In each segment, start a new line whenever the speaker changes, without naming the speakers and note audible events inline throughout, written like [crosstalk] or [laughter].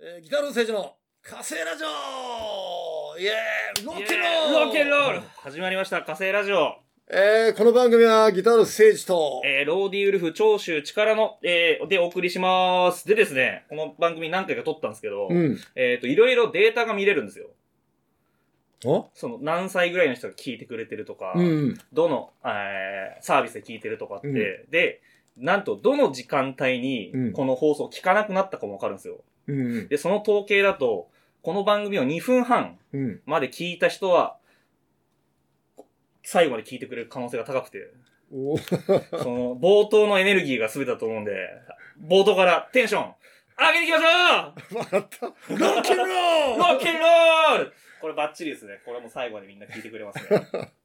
えーギターの政治の火星ラジオイエーイロッケンロール
ロケンロール始まりました火星ラジオ、
えー、この番組はギターの政治と、
えー、ローディウルフ長州力の、えー、でお送りしますでですねこの番組何回か撮ったんですけど、
うん。
えっ、といろいろデータが見れるんですよ
あ
その何歳ぐらいの人が聞いてくれてるとか、
うん。
どの、えー、サービスで聞いてるとかって、
うん
でなんとどの時間帯に
うん
この放送聞かなくなったかもわかるんですよ
うん。
でその統計だとこの番組を2分半
うん。
まで聞いた人は最後まで聞いてくれる可能性が高くて
お [laughs]
その、冒頭のエネルギーが全てだと思うんで、冒頭からテンション上げていきましょ
笑ったロッケンロ
う
ール
ロッキンロールこれバッチリですね。これも最後までみんな聞いてくれますね。
[laughs]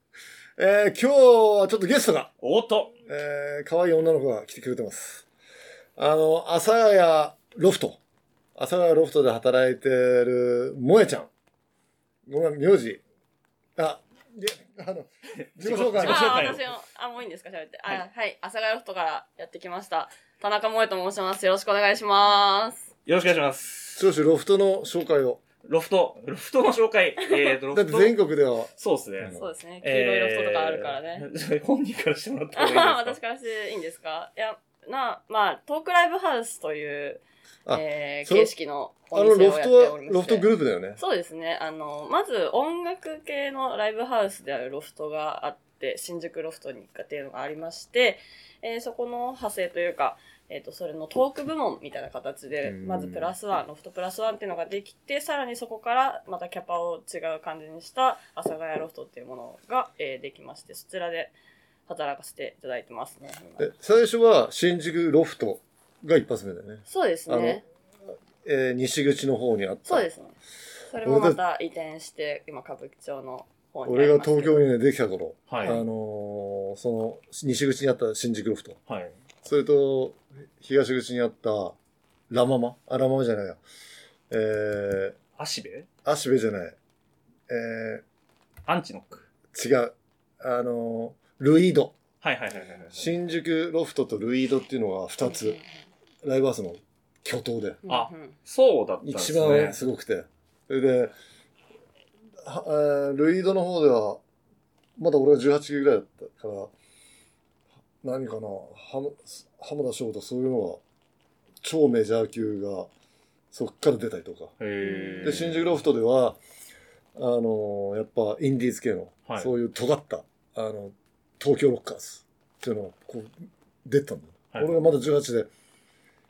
えー、今日はちょっとゲストが、
おっと
えー、可愛い女の子が来てくれてます。あの、阿佐ヶ谷ロフト。阿佐ヶ谷ロフトで働いてる、もえちゃん。ごめん、名字。あ、で、あの、自己紹介
自己紹
あ
介を
ー私もあもういいんですか喋ってあ
はい
はい阿佐ヶ谷ロフトからやってきました田中萌と申しますよろしくお願いします
よろしくお願いします。
長州ロフトの紹介を。
ロフト、ロフトの紹介。え
[laughs]
ーと、ロ
だ
フ
って
ト。
全国では、
そうですね。
そうですね黄色いロフ
え
トとかあるからね、
ね。 [laughs] 本人からしてもらっ
あ
た
は
方がい
はい
で
[laughs] 私
すか
からしていいんですかいやなまあトークライブハウスという
あ、
えー
その
形式の
あ
お
の、
店
ロ
を
フ
やっ
ト
て
は
おり、ま
ロ
し
フ
て
トグループだよね。
そうですねあのまず音楽系のライブハウスであるロフトがあって新宿ロフトに行くっていうのがありまして、えーそこの派生というか、えー、とそれのトーク部門みたいな形で
うん
まずプラスワンロフトプラスワンっていうのができてさらにそこからまたキャパを違う感じにした阿佐ヶ谷ロフトっていうものが、えーできましてそちらで働かせていただいてますね今
え最初は新宿ロフトが一発目だよね。
そうですね
えー西口の方にあった。
そうですねそれもまた移転して今歌舞伎町の方にあ
俺
り
が
ますけど
東京にね、できた頃、
[laughs]
はい
あのーその、西口にあった新宿ロフト。
はい。
それと、東口にあった、ラママあ、ラママじゃないや。えー、
足部
アシベじゃない。え
アンチノック。
ー、違う。あのールイード。
はいはいはいはいはい。
新宿ロフトとルイードっていうのが二つ、ライブハウスの巨頭で。
あ
うんうん
そうだったんです
一
ね。
番すごくて。それで、はえールイードの方では、まだ俺が18期ぐらいだったから、何かな、浜浜田翔とそういうのが、超メジャー級が、そっから出たりとか。
へー
で、新宿ロフトでは、あのーやっぱインディーズ系の、
はい
そういう尖った、あの、東京ロッカーズっていうのが、こう、出たんだよ。
はい
俺がまだ18で、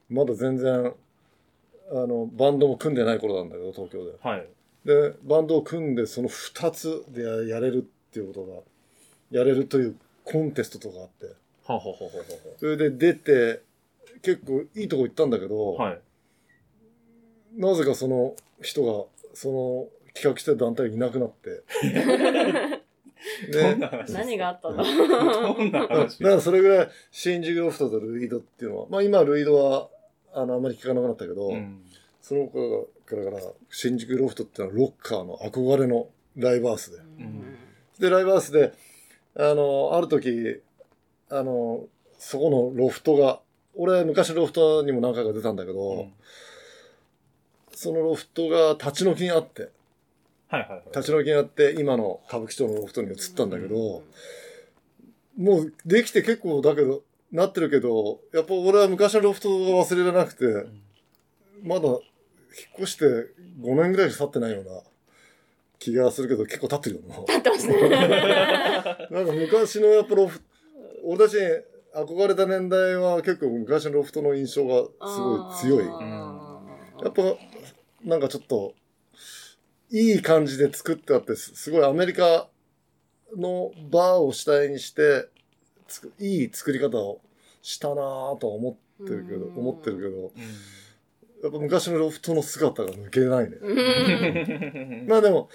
まだ全然、あの、バンドも組んでない頃なんだけど、東京
はい。
で。で、バンドを組んで、その2つでややれるっていうことが、やれるというコンテストとかあって、
はほほほほ
それで出て、結構いいとこ行ったんだけど、
ほ。はい。
なぜかその人が、その企画してた団体がいなくな
[laughs]
って。
ど
で
ん、な話
何があったんだろう
どんな
だ
話
からそれぐらい新宿ロフトとルイードっていうのは、まあ今ルイードは、あの、あんまり聞かなくなったけど、
うん
その頃からから、新宿ロフトっていうのはロッカーの憧れのライブハウスで。
ん
で、ライブハウスで、あの、ある時、あの、そこのロフトが、俺昔ロフトにも何回か出たんだけど、
うん
そのロフトが立ち退きにあって、
はいはいはい。
立ち退きになって今の歌舞伎町のロフトに移ったんだけど、もうできて結構だけど、なってるけど、やっぱ俺は昔のロフトが忘れられなくて、まだ引っ越して5年ぐらいしか経ってないような気がするけど、結構経ってるよ
立ってます
な。
ね。
なんか昔のやっぱロフト、俺たちに憧れた年代は結構昔のロフトの印象がすごい強い。
あ
や
ー
っぱ、なんかちょっと、いい感じで作ってあって、すすごいアメリカのバーを主体にして、つくいい作り方をしたなぁとは思ってるけど、思ってるけど、やっぱ昔のロフトの姿が抜けないね。
うん
うん
まあでも、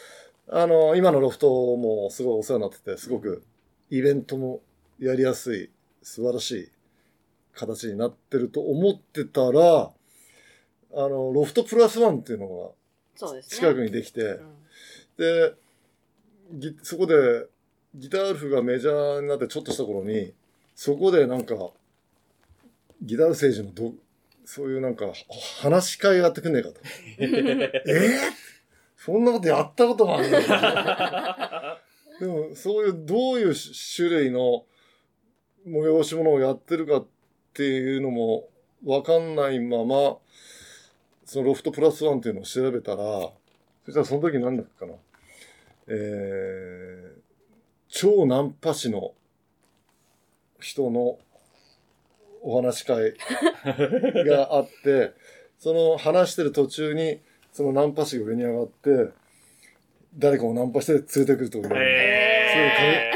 あの、今のロフトもすごいお世話になってて、すごくイベントもやりやすい、素晴らしい形になってると思ってたら、あの、ロフトプラスワンっていうの
そうで
が
すね。
近くにできて、で、ぎそこでギターウルフがメジャーになってちょっとした頃に、そこでなんか、ギター政治のど、そういうなんか、話し会やってくんねえかと。ええそんなことやったこともあるんでも、そういう、どういう種類の催し物をやってるかっていうのもわかんないまま、そのロフトプラスワンっていうのを調べたら、そしたらその時なんだっけかな。えー、超ナンパ師の人のお話し会があって、 [laughs] その話してる途中に、そのナンパ師が上に上がって、誰かをナンパして連れてくるという、
え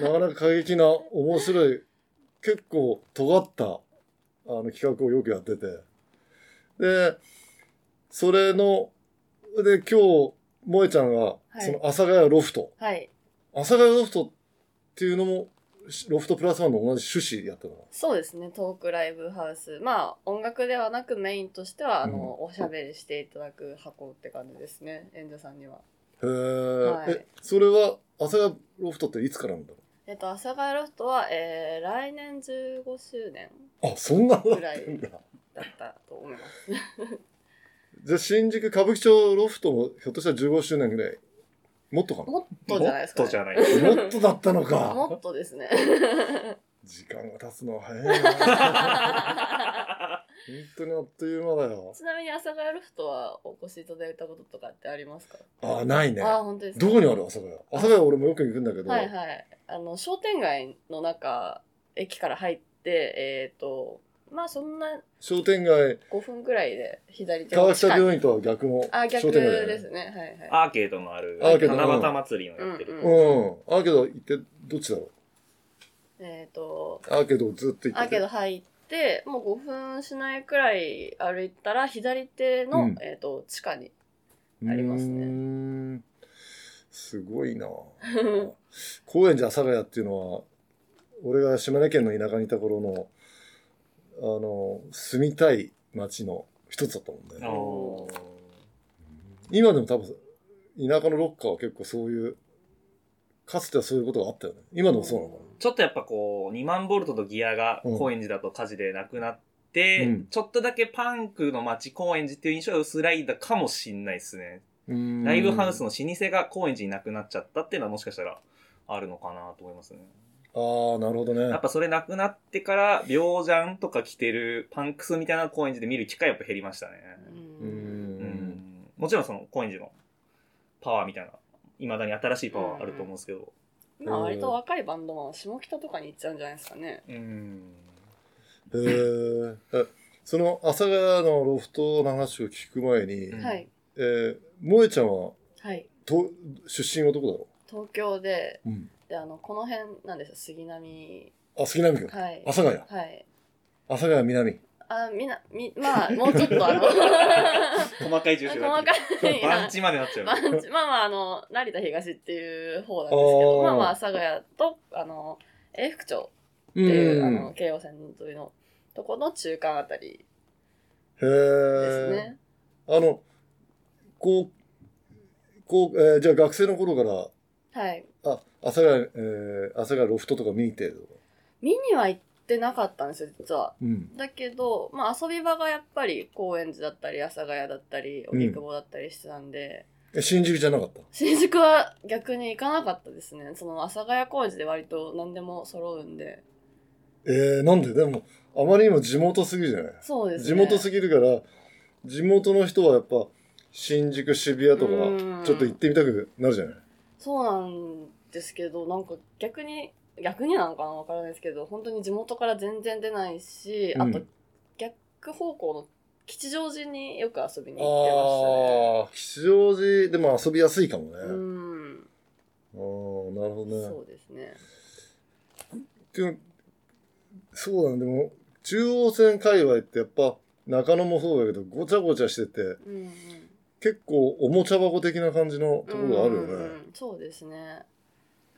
なかなか過激な、面白い、結構尖った、あの、企画をよくやってて。で、それの、で、今日、萌えちゃんが、
い
その、阿佐ヶ谷ロフト。
はい。
阿佐ヶ谷ロフトっていうのも、しロフトプラスワンの同じ趣旨やったのか
そうですね、トークライブハウス。まあ、音楽ではなくメインとしては、あの、おしゃべりしていただく箱って感じですね、演者さんには。
な。へー
はい
え、それは、阿佐ヶ谷ロフトっていつからなんだろ
えっと、阿佐ヶ谷ロフトは、えー、来年15周年
うあ、そんなの
ぐらいだったと思います。
じゃあ、新宿歌舞伎町ロフトも、ひょっとしたら15周年ぐらい。もっとかな
もっとじゃないですか、
もっと
ね。
じゃない。
[laughs] もっとだったの
も
か。
っとですね。
時間が経つのは早
[laughs]
いな。本当にあっという間だよ。
ちなみに阿佐ヶ谷ロフトはお越しいただいたこととかってありますか、
あ、ないね。
ああ、本当ですか
どこにある阿佐ヶ谷。阿佐ヶ谷俺もよく行くんだけど。
はいはい。あの、商店街の中、駅から入って、えっ、と、まあそんな
商店街、
5分くらいで左手
川
近
北
い
病院とは逆の
あ、
商
逆
店街だよね
ですね。はいはい。
アーケードのある、
アーケードの
七夕祭りのやってる。
うん。
うん
アーケード行って、どっちだろう
えっ、と、
アーケードをずっと行ってて。
アーケード入って、もう5分しないくらい歩いたら、左手の、
うん
えっ、と、地下に。
うーん
あります
すごいな高円寺阿佐ヶ谷っていうのは、俺が島根県の田舎にいた頃の、あの、住みたい街の一つだったもん
あ
ね。
ー
今でも多分、田舎のロッカーは結構そういう、かつてはそういうことがあったよね。今でもそうなのか
ちょっとやっぱこう、2万ボルトとギアが高円寺だと火事でなくなって、
うん
ちょっとだけパンクの街高円寺っていう印象が薄らいだかもしんないですね。
なうーん
ライブハウスの老舗が高円寺になくなっちゃったっていうのはもしかしたらあるのかなと思いますね。
ああ、なるほどね。
やっぱそれなくなってから、病ジャンとか着てるパンクスみたいな高円寺で見る機会やっぱ減りましたね。
うー
うん
ん。
もちろんその高円寺のパワーみたいな、未だに新しいパワーあると思うんですけど。
今割と若いバンドマンは下北とかに行っちゃうんじゃないですかね。
うん。
へーえ。その阿佐ヶ谷のロフトの話を聞く前に、
うん
はい。
えー、萌えちゃんは
はい。
と出身はどこだろ
東京で、
う、うん、
で、あの、この辺なんですよ、杉並。
あ、杉並区。
はい
阿。佐ヶ谷。
はい。
阿佐ヶ谷南。
あ、みな、み、まあ、もうちょっと
[laughs]
あの、 [laughs]
細かい住所
細
なって [laughs]
かい
バ
な
ン。チまでなっちゃう。
まあ、まあまあ、あの、成田東っていう方なんですけ
あ
ど、
ー
まあまあ、阿佐ヶ谷と、あの、永福町
う
っていう、あの、
ん。
京王線沿いのとこの中間あたり
へ
です
え。
ね。
あの、こう、こう、えー、じゃあ学生の頃から、
はい。
あ、阿佐ヶ谷、えー、阿佐ヶ谷ロフトとか見に行ってとか。
見には行ってなかったんですよ、実は。
うん。
だけど、まあ、遊び場がやっぱり高円寺だったり、阿佐ヶ谷だったり、
うん
荻窪だったりしてたんで、
え新宿じゃなかった。
新宿は逆に行かなかったですね。その、阿佐ヶ谷高円寺で割と何でも揃うんで。
えー、なんででも、あまりにも地元すぎるじゃない
そうですね。
地元すぎるから、地元の人はやっぱ、新宿、渋谷と
うん
か、ちょっと行ってみたくなるじゃない
そうなんですけど、なんか逆に、逆になのかなわからないですけど、本当に地元から全然出ないし、
うん
あと逆方向の吉祥寺によく遊びに行ってました
あ
ね。
あ、吉祥寺でも遊びやすいかもね。
う
あ
ん、
あー、なるほどね。
そうですね。
っていうそうだね、でも、中央線界隈ってやっぱ、中野もそうだけど、ごちゃごちゃしてて、
うんうん、
結構おもちゃ箱的な感じのところがあるよね。
うんうんうんそうですね。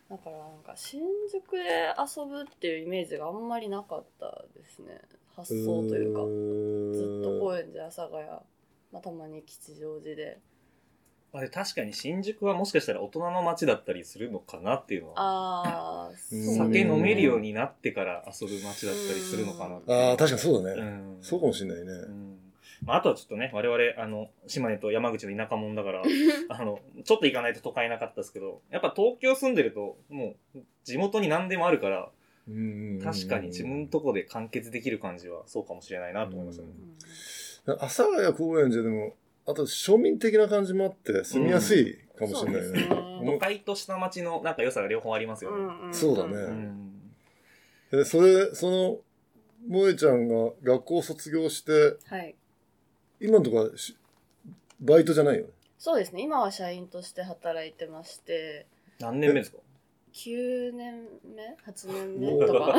だからなんか新宿で遊ぶっていうイメージがあんまりなかったですね。発想というか、ずっと
う
高円寺、阿佐ヶ谷、まあ、たまに吉祥寺で。
まあ、で確かに新宿はもしかしたら大人の街だったりするのかなっていうのは。
ああ、
うん
酒飲めるようになってから遊ぶ街だったりするのかなって。
ああ、確かにそうだね。
うん。
そうかもしれないね。
うんまあ、あとはちょっとね、我々、あの、島根と山口の田舎者だから、あの、ちょっと行かないと都会なかったですけど、やっぱ東京住んでると、もう、地元に何でもあるから、
うん
確かに自分のとこで完結できる感じは、そうかもしれないなと思いましたね。
阿佐ヶ谷公園じゃでも、あと庶民的な感じもあって、住みやすいかもしれないね。
ね。
都会と下町のなんか良さが両方ありますよね。
そうだね
うん
うでそれ、その、萌えちゃんが学校卒業して、
はい。
今のとこはしバイトじゃないよね。
そうですね。今は社員として働いてまして、
何年目ですか
9年目 ?8 年
お
目と
[laughs]
か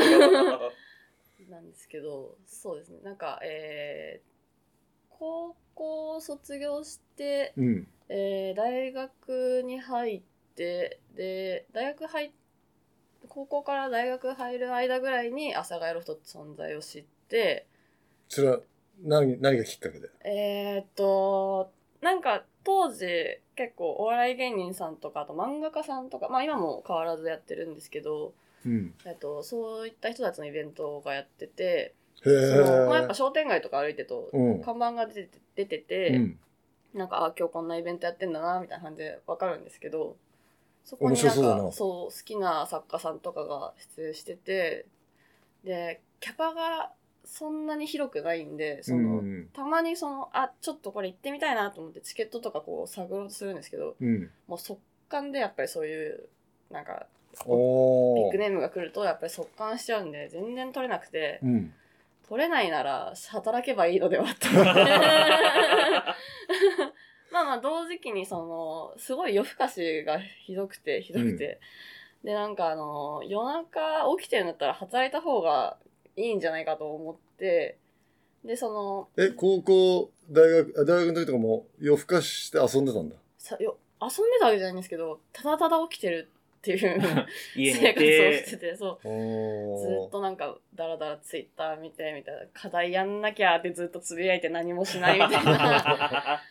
なんですけど、そうですね。なんか、えー、高校を卒業して、
うん。
えー大学に入って、で、大学入っ高校から大学入る間ぐらいに阿佐ヶ谷ロフトって存在を知って、
それは、何、何がきっかけで。
えーっと、なんか当時結構お笑い芸人さんとかあと漫画家さんとか、まあ今も変わらずやってるんですけど、
うん。
えっと、そういった人たちのイベントがやってて、
へ
そ
え。
のまあ、やっぱ商店街とか歩いてると、
うん。
看板が出て出てて、
うん。
なんか、あ今日こんなイベントやってんだな、みたいな感じでわかるんですけど、そこになん
面白
か、
そ
そう
だ
う
な
好きな作家さんとかが出演してて、で、キャパがそんなに広くないんで、その、
うん。
たまにその、あ、ちょっとこれ行ってみたいなと思ってチケットとかこう探ろうとするんですけど、
うん。
もう速乾でやっぱりそういう、なんか、ビ
お
ッグ
ー。
ネームが来るとやっぱり速乾しちゃうんで、全然取れなくて、
うん。
取れないなら働けばいいのでは
[laughs]
と思って。まあまあ同時期にその、すごい夜更かしがひどくて、ひどくて。で、なんかあの、夜中起きてるんだったら働いた方がいいんじゃないかと思って、で、その、
え、高校、大学、あ大学の時とかも夜更かしして遊んでたんだ。
さよ遊んでたわけじゃないんですけど、ただただ起きてるっていう
[laughs] 家
生
にい
活を
て
してて、そう。
お
ずっとなんか、だらだらツイッター見て、みたいな、課題やんなきゃってずっとつぶやいて何もしないみたいな。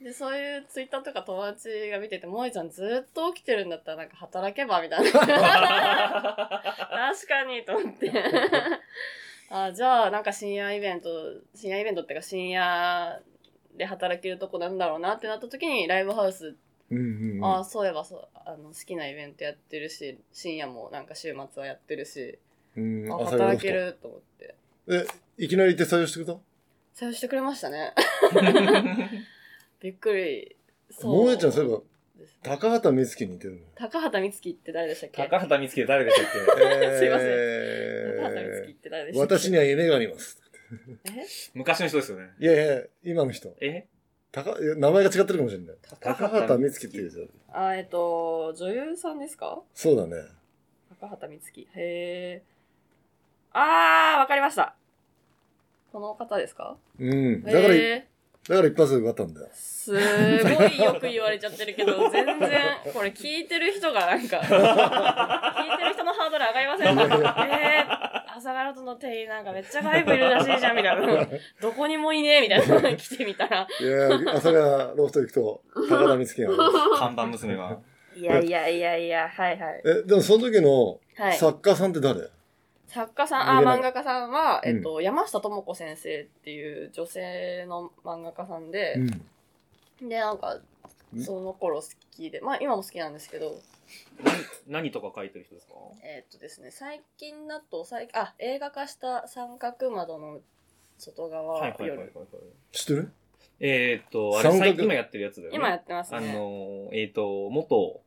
で、そういうツイッターとか友達が見てて、萌えちゃんずっと起きてるんだったらなんか働けばみたい
[laughs]
な。確かにと思って。あじゃあ、なんか深夜イベント、深夜イベントっていうか深夜で働けるとこなんだろうなってなった時に、ライブハウス、
うんうんうん。
あそういえばそうあの好きなイベントやってるし、深夜もなんか週末はやってるし、
うん
あ
朝から
働けると思って。
え、いきなり行って採用してくれた
採用してくれましたね。びっくり。
萌えちゃん、そういえば、
ですね
高畑美月に似てるのよ。
高畑美月って誰でしたっけ
高畑美月誰でしたっけ
す
[laughs] すいません高畑美月っ
え
て誰でし
ー、
たっけ
私には夢があります。
え
昔の人ですよね。
いやいや、今の人。
え
高いや名前が違ってるかもしれない。高畑美月っていうじゃん。
あ、えっと、女優さんですか
そうだね。
高畑美月。へえ。あー、わかりました。この方ですか
うん。だから、
へ
だから一発で受かったんだよ
ー。。すごいよく言われちゃってるけ [laughs] ど、全然、これ聞いてる人がなんか、聞いてる人のハードル上がりませんかえー、朝ガラトの店員なんかめっちゃ外部いるらしいじゃん、みたい [laughs] な。どこにもいねえ、みたいな。来てみたら。
いやー、朝がロフト行くと、高畑美月がありま
[laughs]
看板娘が。
いやいやいやいや、はいはい。
す。え、でもその時の
はい。
作家さんって誰、
作家さん、あ、
見れない
漫画家さんは、
うん
えっと、山下智子先生っていう女性の漫画家さん
う
で、
ん。
で、なんか
う、ん
その頃好きで、まあ今も好きなんですけど、
[laughs] 何とか書いてる人ですか
えっとですね、最近だと、最あ、映画化した三角窓の外側
は
夜、
いはいはいはいはい。
知ってる
えーっと、あ
三
れ
角
最近今やってるやつだよね。
今やってます
あ
ね。
のー、えーっと、元、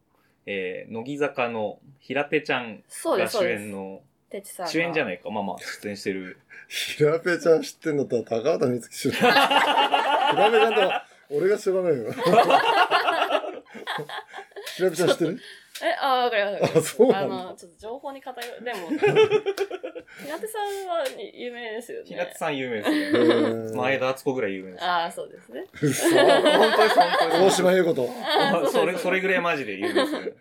えー、乃木坂の平手ちゃん
そうで
が
す、そう
主
です
演。の、
てちさんが。
主演じゃ
い
ないか、まあまあ、出演して
[laughs]
る。
ひらぺちゃん知ってんだったら高畑美月知らない。ひらぺちゃんとは俺が知らない
[laughs]
よ。ひらぺちゃん知ってる
え、あ、わかりますわかりま
あ
す。
そうな
あ
んだ
の、ちょっと情報に偏
[laughs]
る。でも、平手さんは有名ですよ
平
ね
手。さん有名です
え
ね。
ー
前田敦子ぐらい有名です。
ああ、そうですね。
嘘
本当です、本当です
大島優子と。
あー
そ
そうで
れ、
す
それぐらいマジで有名ですね。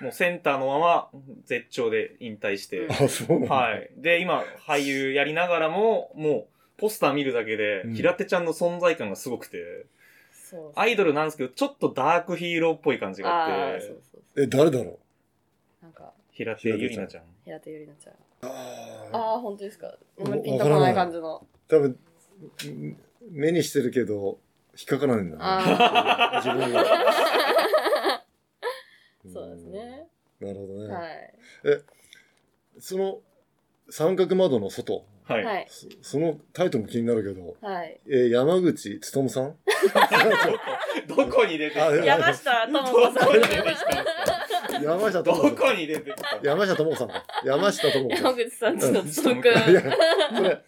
もうセンターのまま絶頂で引退して。
あ、そうなんだ。
はい。で、今、俳優やりながらも、もう、ポスター見るだけで
う、ん
平手ちゃんの存在感がすごくて、
そう
アイ
ル
ドルなんですけど、ちょっとダークヒーローっぽい感じが
あ
あっ
あ、そ
て
う、そうそう。
え、誰だろう
なんか、
平手ゆりなちゃん。
平手友梨奈ちゃん。
ああ。
ああ、本当ですか。あんま
うん
りピンとこな
わからないい
感じの。
多分、ん目にしてるけど、引っかからないんだな。
あ
自分が。
そうですね。
うん。なるほどね。
はい。
その、三角窓の外、
は。
はいい。
そそのタイトルも気になるけど、
はい。
えー山口勉さん
[laughs] どこに出てきた
あいや
ど
山下
こ
智子さん。
に出てきたんですか
山下
ど
智子さ
こ
ん。
に出てきた
山下智子さんか。山下智子さ
山
ん。
口さん
[laughs]
ちのつくん。
いや、それ、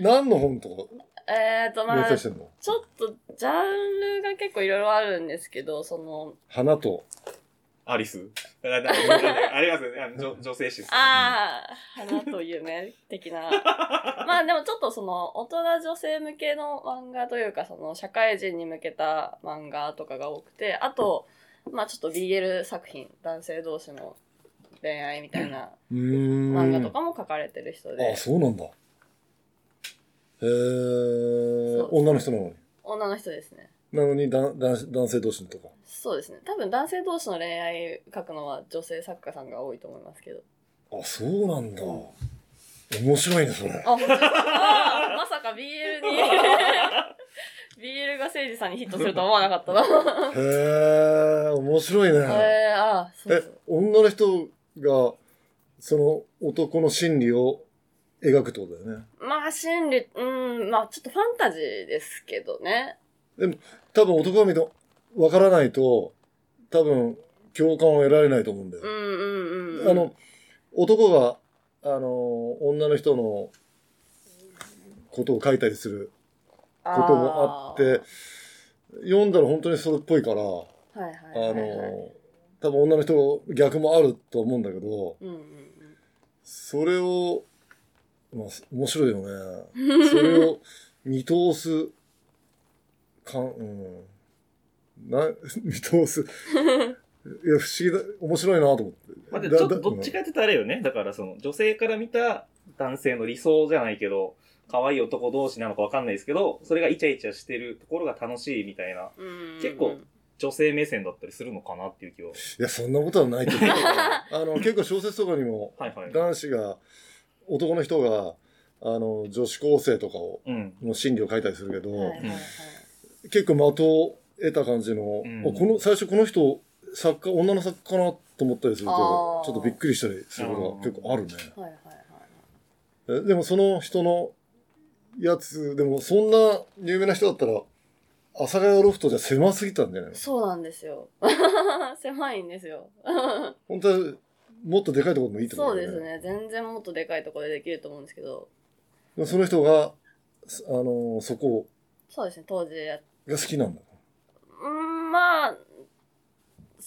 何の本と
えっと、
か
ま
連
あ、
載してんの
ちょっと、ジャンルが結構いろいろあるんですけど、その、
花と。
アリスあだだありますよねあの女女性誌です。
ああ、花と夢的
[laughs]
な。まあでもちょっとその、大人女性向けの漫画というか、その、社会人に向けた漫画とかが多くて、あと、まあちょっと BL 作品、男性同士の恋愛みたいな
うーん。
漫画とかも書かれてる人
あ
で
あ、、そうなんだ。へえ
そう
女の人なのに。
女の人ですね。
なのにだ男男性同士のとか。
そうですね。多分男性同士の恋愛書くのは女性作家さんが多いと思いますけど。
あ、そうなんだ。面白いね、それ。
あ、本当ですかあーまさか BL
[laughs]
に BL が誠治さんにヒットするとは思わなかったな。
へえ面白いね。
えー、あーそう
え
そう。、
女の人が、その男の心理を描くってことだよね。
まあ、心理、うん、まあ、ちょっとファンタジーですけどね。
多分男が見てわからないと、多分共感を得られないと思うんだ
うん
よ。
うんうん。
あ、の、男が、あの、女の人のことを書いたりすることもあって、読んだら本当にそれっぽいから、あの、
あー。はいはいはい、はい。
多分女の人逆もあると思うんだけど、
うんうん
それを、まあ、面白いよね。
うん。
それを見通す、かん、うん。な、 [laughs] 見通す。いや、不思議だ、面白いなと思って。
まあ、で
だ
ちょっと
だ
どっちかって言ったらあれよね。だからその女性から見た男性の理想じゃないけど、可愛い男同士なのかわかんないですけど、それがイチャイチャしてるところが楽しいみたいな
うんうんうん
結構女性目線だったりするのかなっていう気は。
いや、そんなことはない
[laughs]
と思う。あの、結構小説とかにも、
はいはい。
男子が、男の人が、あの、女子高生とかを、
うん。
の心理を書いたりするけど、
はいはいはい。
結構的を得た感じの、
うん
あこの、最初この人、作家、女の作家かなと思ったりすると
あ、ー
ちょっとびっくりしたりすることが結構あるね。
はいはいはい。
えでもその人のやつ、でもそんな有名な人だったら、阿佐ヶ谷ロフトじゃ狭すぎたんじゃないの
そうなんですよ。 [laughs] 狭いんですよ。
本当はもっとでかいところでもいいってこ
そ
と
う
だ
で
よね。
す。ね。全然もっとでかいところでできると思うんですけど、
でもその人が、すあのーそこ
そうですね、当時やっ
が好きなんだ。
うん、まあ、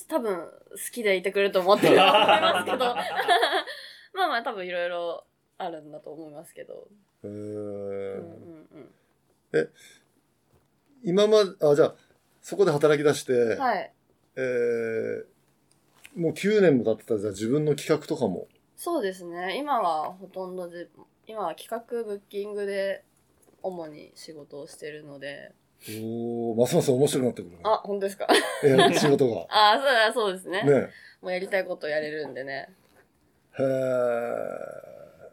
多分、好きでいてくれると思ってると思いますけど、
[laughs]
まあまあ、多分いろいろあるんだと思いますけど。
へー
うんうんう
今まで、あ、じゃあ、そこで働き出して、
ん。はい。
えーもう9年も経ってたらじゃあ自分の企画とかも。
そうですね。今はほとんどじ、今は企画、ブッキングで、主に仕事をしてるので。
おーますます面白くなってくるね
あ、本当ですか。 [laughs]
えー仕事が。
あそうだ、そうですね。
ね。
もうやりたいことやれるんでね。
へー
[laughs]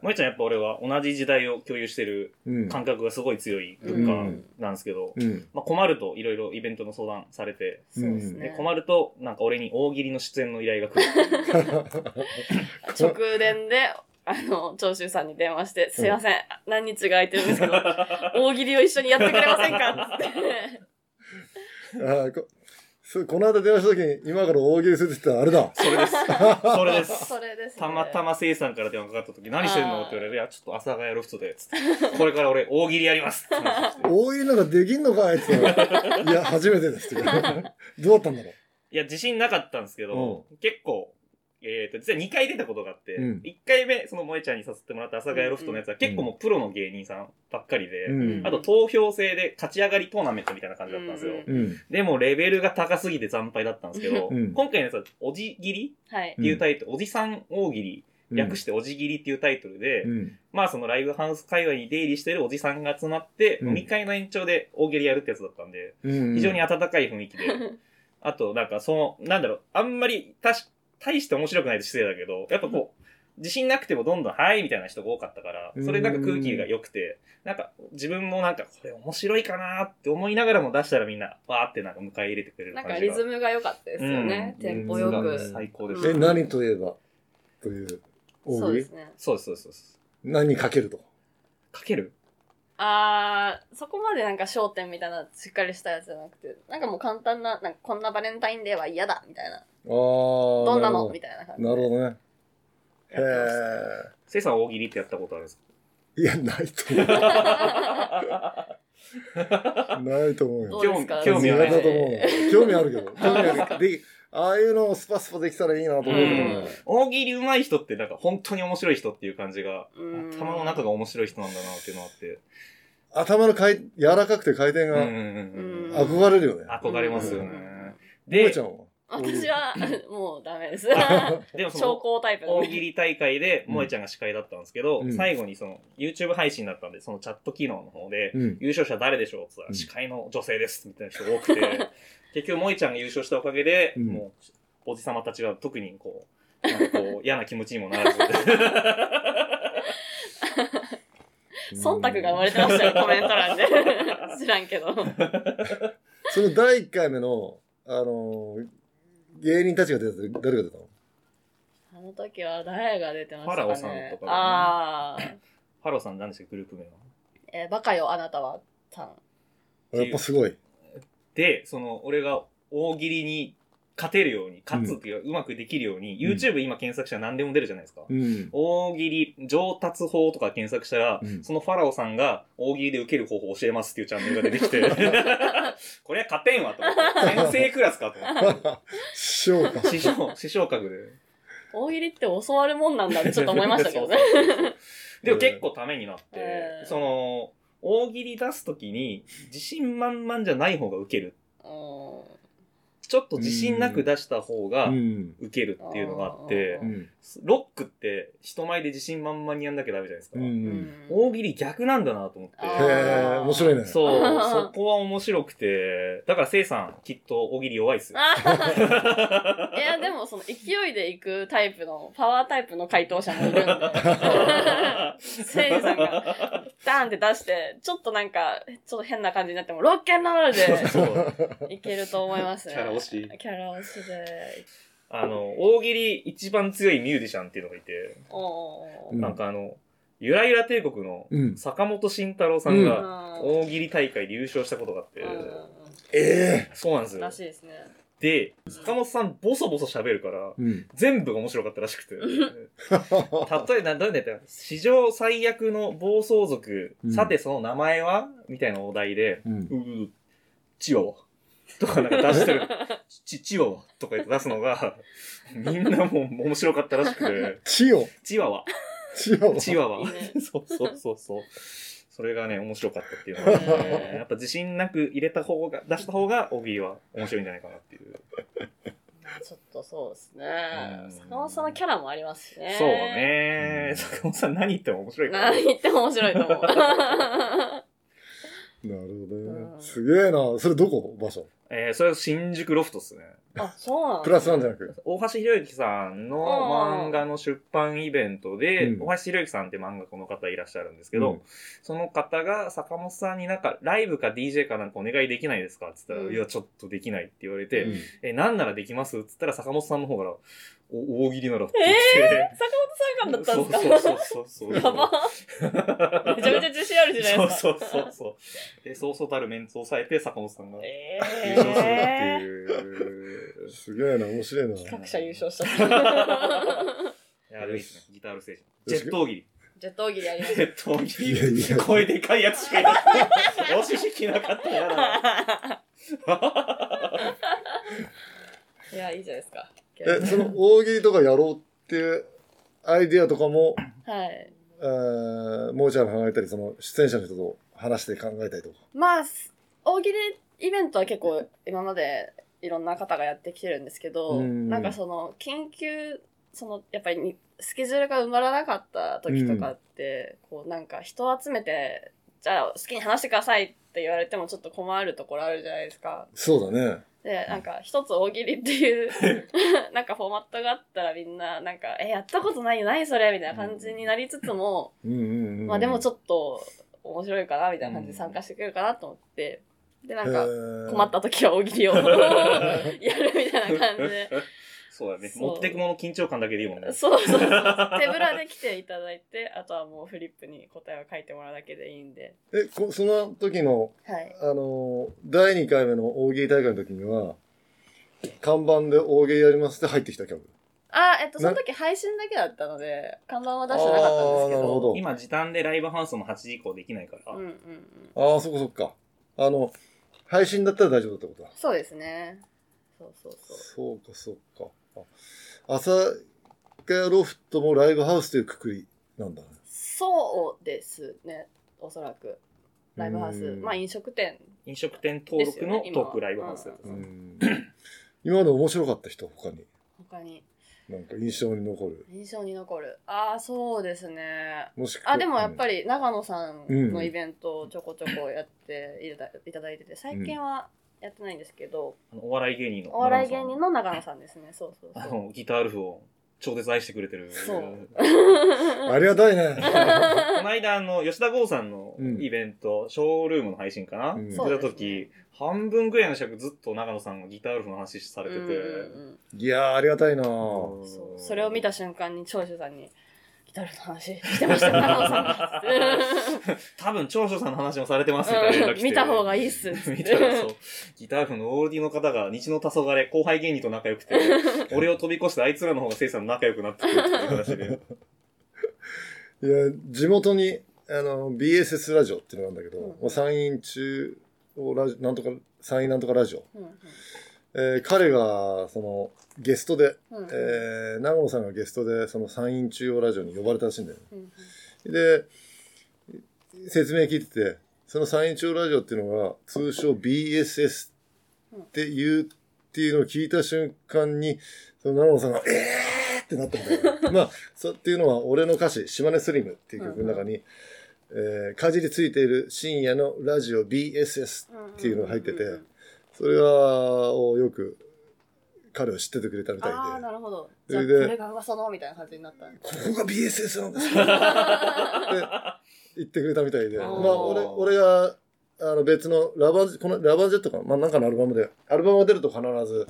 まゆちゃんやっぱ俺は同じ時代を共有してる
うん。
感覚がすごい強い
うん
文化なんですけど、
うん。
まあ困るといろいろイベントの相談されて、
そうです
うん
で
ね。
困るとなんか俺に大喜利の出演の依頼が来る。
[laughs] 直電で、あの、長州さんに電話して、すいません、何日が空いてるんですけど、大喜利を一緒にやってくれませんかって。
あーこ [laughs] そうこの間電話した時に今から大喜利するって言ったらあれ
[laughs]
だ。
それです。それです。
それです、ね。
たまた
ま。
ませいさんから電話かかった時、何してんの
あー
って言われて、いや、ちょっと阿佐ヶ谷ロフトで、つってこれから俺、大喜利やりますって話をして
大喜利なんかできんのかいって言ったら。いや、初めてですって言うから。どうだったんだろ
いや、自信なかったんですけど、結構、えっ、と、実は2回出たことがあって、
うん
1回目、その萌えちゃんに誘ってもらった阿佐ヶ谷ロフトのやつは、結構もうプロの芸人さんばっかりで、
う。うん
あ。と投票制で勝ち上がりトーナメントみたいな感じだったんですよ。
うん
うん。
でもレベルが高すぎて惨敗だったんですけど、
うん
今回のやつは、おじぎり
はい
っ。ていうタイトル、おじさん大喜利
うん
略しておじぎりっていうタイトルで、
うん。
まあそのライブハウス界隈に出入りしてるおじさんが集まって、
うん
飲み会の延長で大喜利やるってやつだったんで、
うん。
非常に温かい雰囲気
[laughs]
で、あと、なんか、その、なんだろう、あんまり、たし、大して面白くないと失礼だけど、やっぱこう、自信なくてもどんどん、はい、みたいな人が多かったから、それなんか空気が良くて、なんか、自分もなんか、これ面白いかなって思いながらも出したらみんな、わーってなんか迎え入れてくれる
なん
感
か
じ
リ
が。
ズムが良かったですよね。
うん
テンポよ
リ
く
ズ。ム
最高でした。
え、何といえばという、
そ
大
う
喜
で
利
すね。
そうです、そうですそうです。
何かけると。
かける
あー、そこまでなんか焦点みたいな、しっかりしたやつじゃなくて、なんかもう簡単な、なんかこんなバレンタインデーは嫌だ、みたいな。
ああ。ど
どんなのみたいな感じで。
なるほどね。へ
やってましたせいさん大喜利ってやったことあるんです
え。いや、ないと思
か [laughs]
う。ないと思う
ど
よ
う。ですか
興味は
苦
ない
手だと思うよ。興味あるけど。興味あるで、ああいうのをスパスパできたらいいなと思うけどね。
大喜利上手い人ってなんか本当に面白い人っていう感じが、
うん
頭の中が面白い人なんだなっていうのがあって。
頭の回、柔らかくて回転
うん
が
うんうん。
憧れるよね。
憧れますよね。
萌え
で
ちゃ、
[laughs]
んは
私は、もうダ
[laughs]
メです。
でもそ
昇
の、
降タイプなん
大
で
喜利大会で、萌えちゃんが司会だったんですけど、
うん
最後にその、YouTube 配信だったんで、そのチャット機能の方で、
うん。
優勝者誰でしょうって言っ
うん
たら、司会の女性ですみたいな人が多くて、 [laughs] 結局、萌えちゃんが優勝したおかげで、
うん
もう、おじさまたちは特にこう、なんかこう、嫌な気持ちにもならず。 [laughs]
忖度が生まれてま
[laughs]
したよ、コメント欄で。 [laughs] 知らんけど。
その第1回目の、あのー、芸人たちが出た時誰が出たの
あの時は誰が出てましたか
ファラ
ね
オさんとかがね
あー。
ハローさん何でしたっけグループ名は。
えーバカよ、あなたは、さん。
やっぱすごい。
で、その、俺が大喜利に勝てるように、勝つっていうか、うまくできるように、
うん
YouTube 今検索したら何でも出るじゃないですか。
うん。 [laughs]
大喜利上達法とか検索したら、
うん
そのファラオさんが大喜利で受ける方法を教えますっていうチャンネルが出て
[laughs]
きて、これは勝てんわと思って、先生クラスかと思って。
師匠 [laughs] か。
師匠、師匠格で。。
大喜利って教わるもんなんだってちょっと思いましたけどね
そうそうそうでも結構ためになって、
えー
その、大喜利出すときに自信満々じゃない方が受ける。
う
ちょっと自信なく出した方が
うん。
受けるっていうのがあって
う、ん。
ロックって人前で自信満々にやんなきゃダメじゃないですか。
うん
ん。
大喜利逆なんだなと思って。
へ
あ
え、面白いね。
そう、そこは面白くて、だからせいさん、きっと大喜利弱いっす
[laughs]
よ。
あー [laughs] いや、でもその勢いで行くタイプの、パワータイプの回答者もいるんで、
[laughs]
せいじさんがダーンって出して、ちょっとなんか、ちょっと変な感じになっても、ロッケンロールで
そう
いけると思いま
[laughs]
す
キ
ね。
ャラ推し。
キャラ推しで。
あの、大喜利一番強いミュージシャンっていうのがいて、
お
うん
なんかあの、ゆらゆら帝国の
うん。
坂本慎太郎さん
ー
が
うん。
大喜利大会で優勝したことがあって、
ええ。
そうなんです
うん
よ
らし。いですね。
で、坂本さんボソボソ喋るから、
うん。
全部が面白かったらしくて。例えば、なんだったかな史上最悪の暴走族、
うん
さてその名前はみたいなお題で、
うん
うー、チワワ。とかなんか出してる。 [laughs] チ、チワワとか言って出すのが、みんなもう面白かったらしくて、
千代。
チワワ、
千代。
チワワ
いいね。
そうそうそうそう。それがね、面白かったっていうのは、ね、やっぱ自信なく入れた方が、出した方が、オギーは面白いんじゃないかなっていう。
ちょっとそうですね
うん。
坂本さんのキャラもありますしね。
そう。ね。坂本さん何言っても面白いから。
[laughs] 何言っても面白いと思
[laughs]
な
う。
るほど
う
ね。
ん
すげえな。それどこ場所
えー、それは新宿ロフトっすね。
あ、そうなんだ
プラスワンじゃなく。
大橋ひろゆきさんの漫画の出版イベントで、
うん
大橋ひろゆきさんって漫画家の方いらっしゃるんですけど、
うん
その方が坂本さんになんかライブか DJ かなんかお願いできないですかって言ったら、
うん
いや、ちょっとできないって言われて、
うん
え、なんならできますって言ったら坂本さんの方から、お、大喜利ならって言って。
坂本さんがだったん
そう
ですか
そうそうそう。
やば。めちゃめちゃ自信あるじゃないです
そ
か。
うそうそうそう。で、そうそうたるメンツを抑えて坂本さんが
え
優
え
勝するっていう。
すげえな。面白いな。
企画者優勝した。
いや、あれいいっすね。ギタールステージ。ジェット大喜利。
[laughs] ジェット大喜利やりま
ジェット大喜
いやいや
利。声でかいやつしかいない。押し引きなかったらやだ
[laughs] す。いや、いいじゃないですか。
え、その大喜利とかやろうっていうアイディアとかも、
はい。
えー、もうちゃんの考えたり、その出演者の人と話して考えたりとか。
まあ、す大喜利イベントは結構今までいろんな方がやってきてるんですけど、
うん
なんかその緊急、そのやっぱりにスケジュールが埋まらなかった時とかって、こうなんか人を集めて、じゃあ好きに話してくださいって言われてもちょっと困るところあるじゃないですか。
そうだね。
で、なんか一つ大喜利っていう、 [laughs] なんかフォーマットがあったらみんな、なんか、え、やったことないよ、何それみたいな感じになりつつも、
うんうんうん。
まあでもち
ょっ。
ょっと面白いかな、みたいな感じで参加してくれるかなと思って、で、なんか、困ったた時は大喜
[laughs]
利をやるみたいな感じで。
そうだね。
そう
持ってくもの緊張感だけでいいもんね。
そうそうそう。手ぶらで来ていただいて、あとはもうフリップに答えを書いてもらうだけでいいんで。
え、こその時の、
はい。
あのー、第2回目の大喜利大会の時には、看板で大喜利やりますって入ってきた客。
あ、えっと、その時配信だけだったので、看板は出してなかったんですけ
あーなるほ
ど。
ど
今時短でライブハウスも8時以降できないから。
うんうんうん。
ああ、そこそっか。あの、配信だったら大丈夫だってことだ。
そうですね。そうそうそう。
そうか、そうか。あ朝霞ロフトもライブハウスというくくりなんだね。
そうですね。おそらく。ライブハウス。
うん
まあ飲食店。
飲食店登録の
ですよね今
ト
は
ークライブハウスだった
う
そう。
ん今まで面白かった人、他に。
他に。
なんか印象に残る。
印象に残る。ああ、そうですね。
もしくは
あでもやっぱり長野さん
う
の
ん
イベントをちょこちょこやっていただいただいてて最近はやってないんですけど、
あのお笑い芸人の。
お笑い芸人の長野さんですねそうそう
あ
そう
の、ギタールフを超絶愛してくれてる。
そう
ありがたい
[laughs]
ね。
[laughs] この間、あの、吉田剛さんのイベント、ショールームの配信かな
うん
出
そう
で
た
すね
時、半分ぐらいの尺ずっと長野さんがギタールフの話されて
うん
て。
うん
いやー、ありがたいな
う
うんんそうそれを
[laughs]
見た瞬間に長州さんに「ギターの話してましたよ長野さ
多分、長所さんの話もされてますよね。連絡
ん
来
う
て
ん見た方がいいっす」っつっ
見
て
たらそう。ギター部のオーディの方が日の黄昏、後輩芸人と仲良く
[laughs]
て、俺を飛び越してあいつらの方が生さん仲良くなってくるっていう話で。
いや、地元に、あの、BSS ラジオっていうのがあるんだけど、
うん
もう山陰中央ラジオ、なんとか、山陰なんとかラジオ。
うん
えー彼が、その、ゲストで、
うんうん
えー、長野さんがゲストで、その山陰中央ラジオに呼ばれたらしいんだよね。
うん
で、説明聞いてて、その山陰中央ラジオっていうのが、通称 BSS って言うっていうのを聞いた瞬間に、その長野さんが、えーってなったんだよ。まあ、そうっていうのは、俺の歌詞、島根スリムっていう曲の中に、えー、かじりついている深夜のラジオ BSS
うん
っていうのが入ってて
うんうん
それは、をよく、彼を知っててくれたみたいで。
ああなるほど
そ
じゃあ
れ
こ
で
れが噂のみたいな感じになった
ここが BSS なん [laughs] ですよ。って言ってくれたみたいで。
あ
まあ、
ー
俺、俺が、あの別の、ラバー、このラバージェットかなまあ、なんかのアルバムで、アルバムが出ると必ず、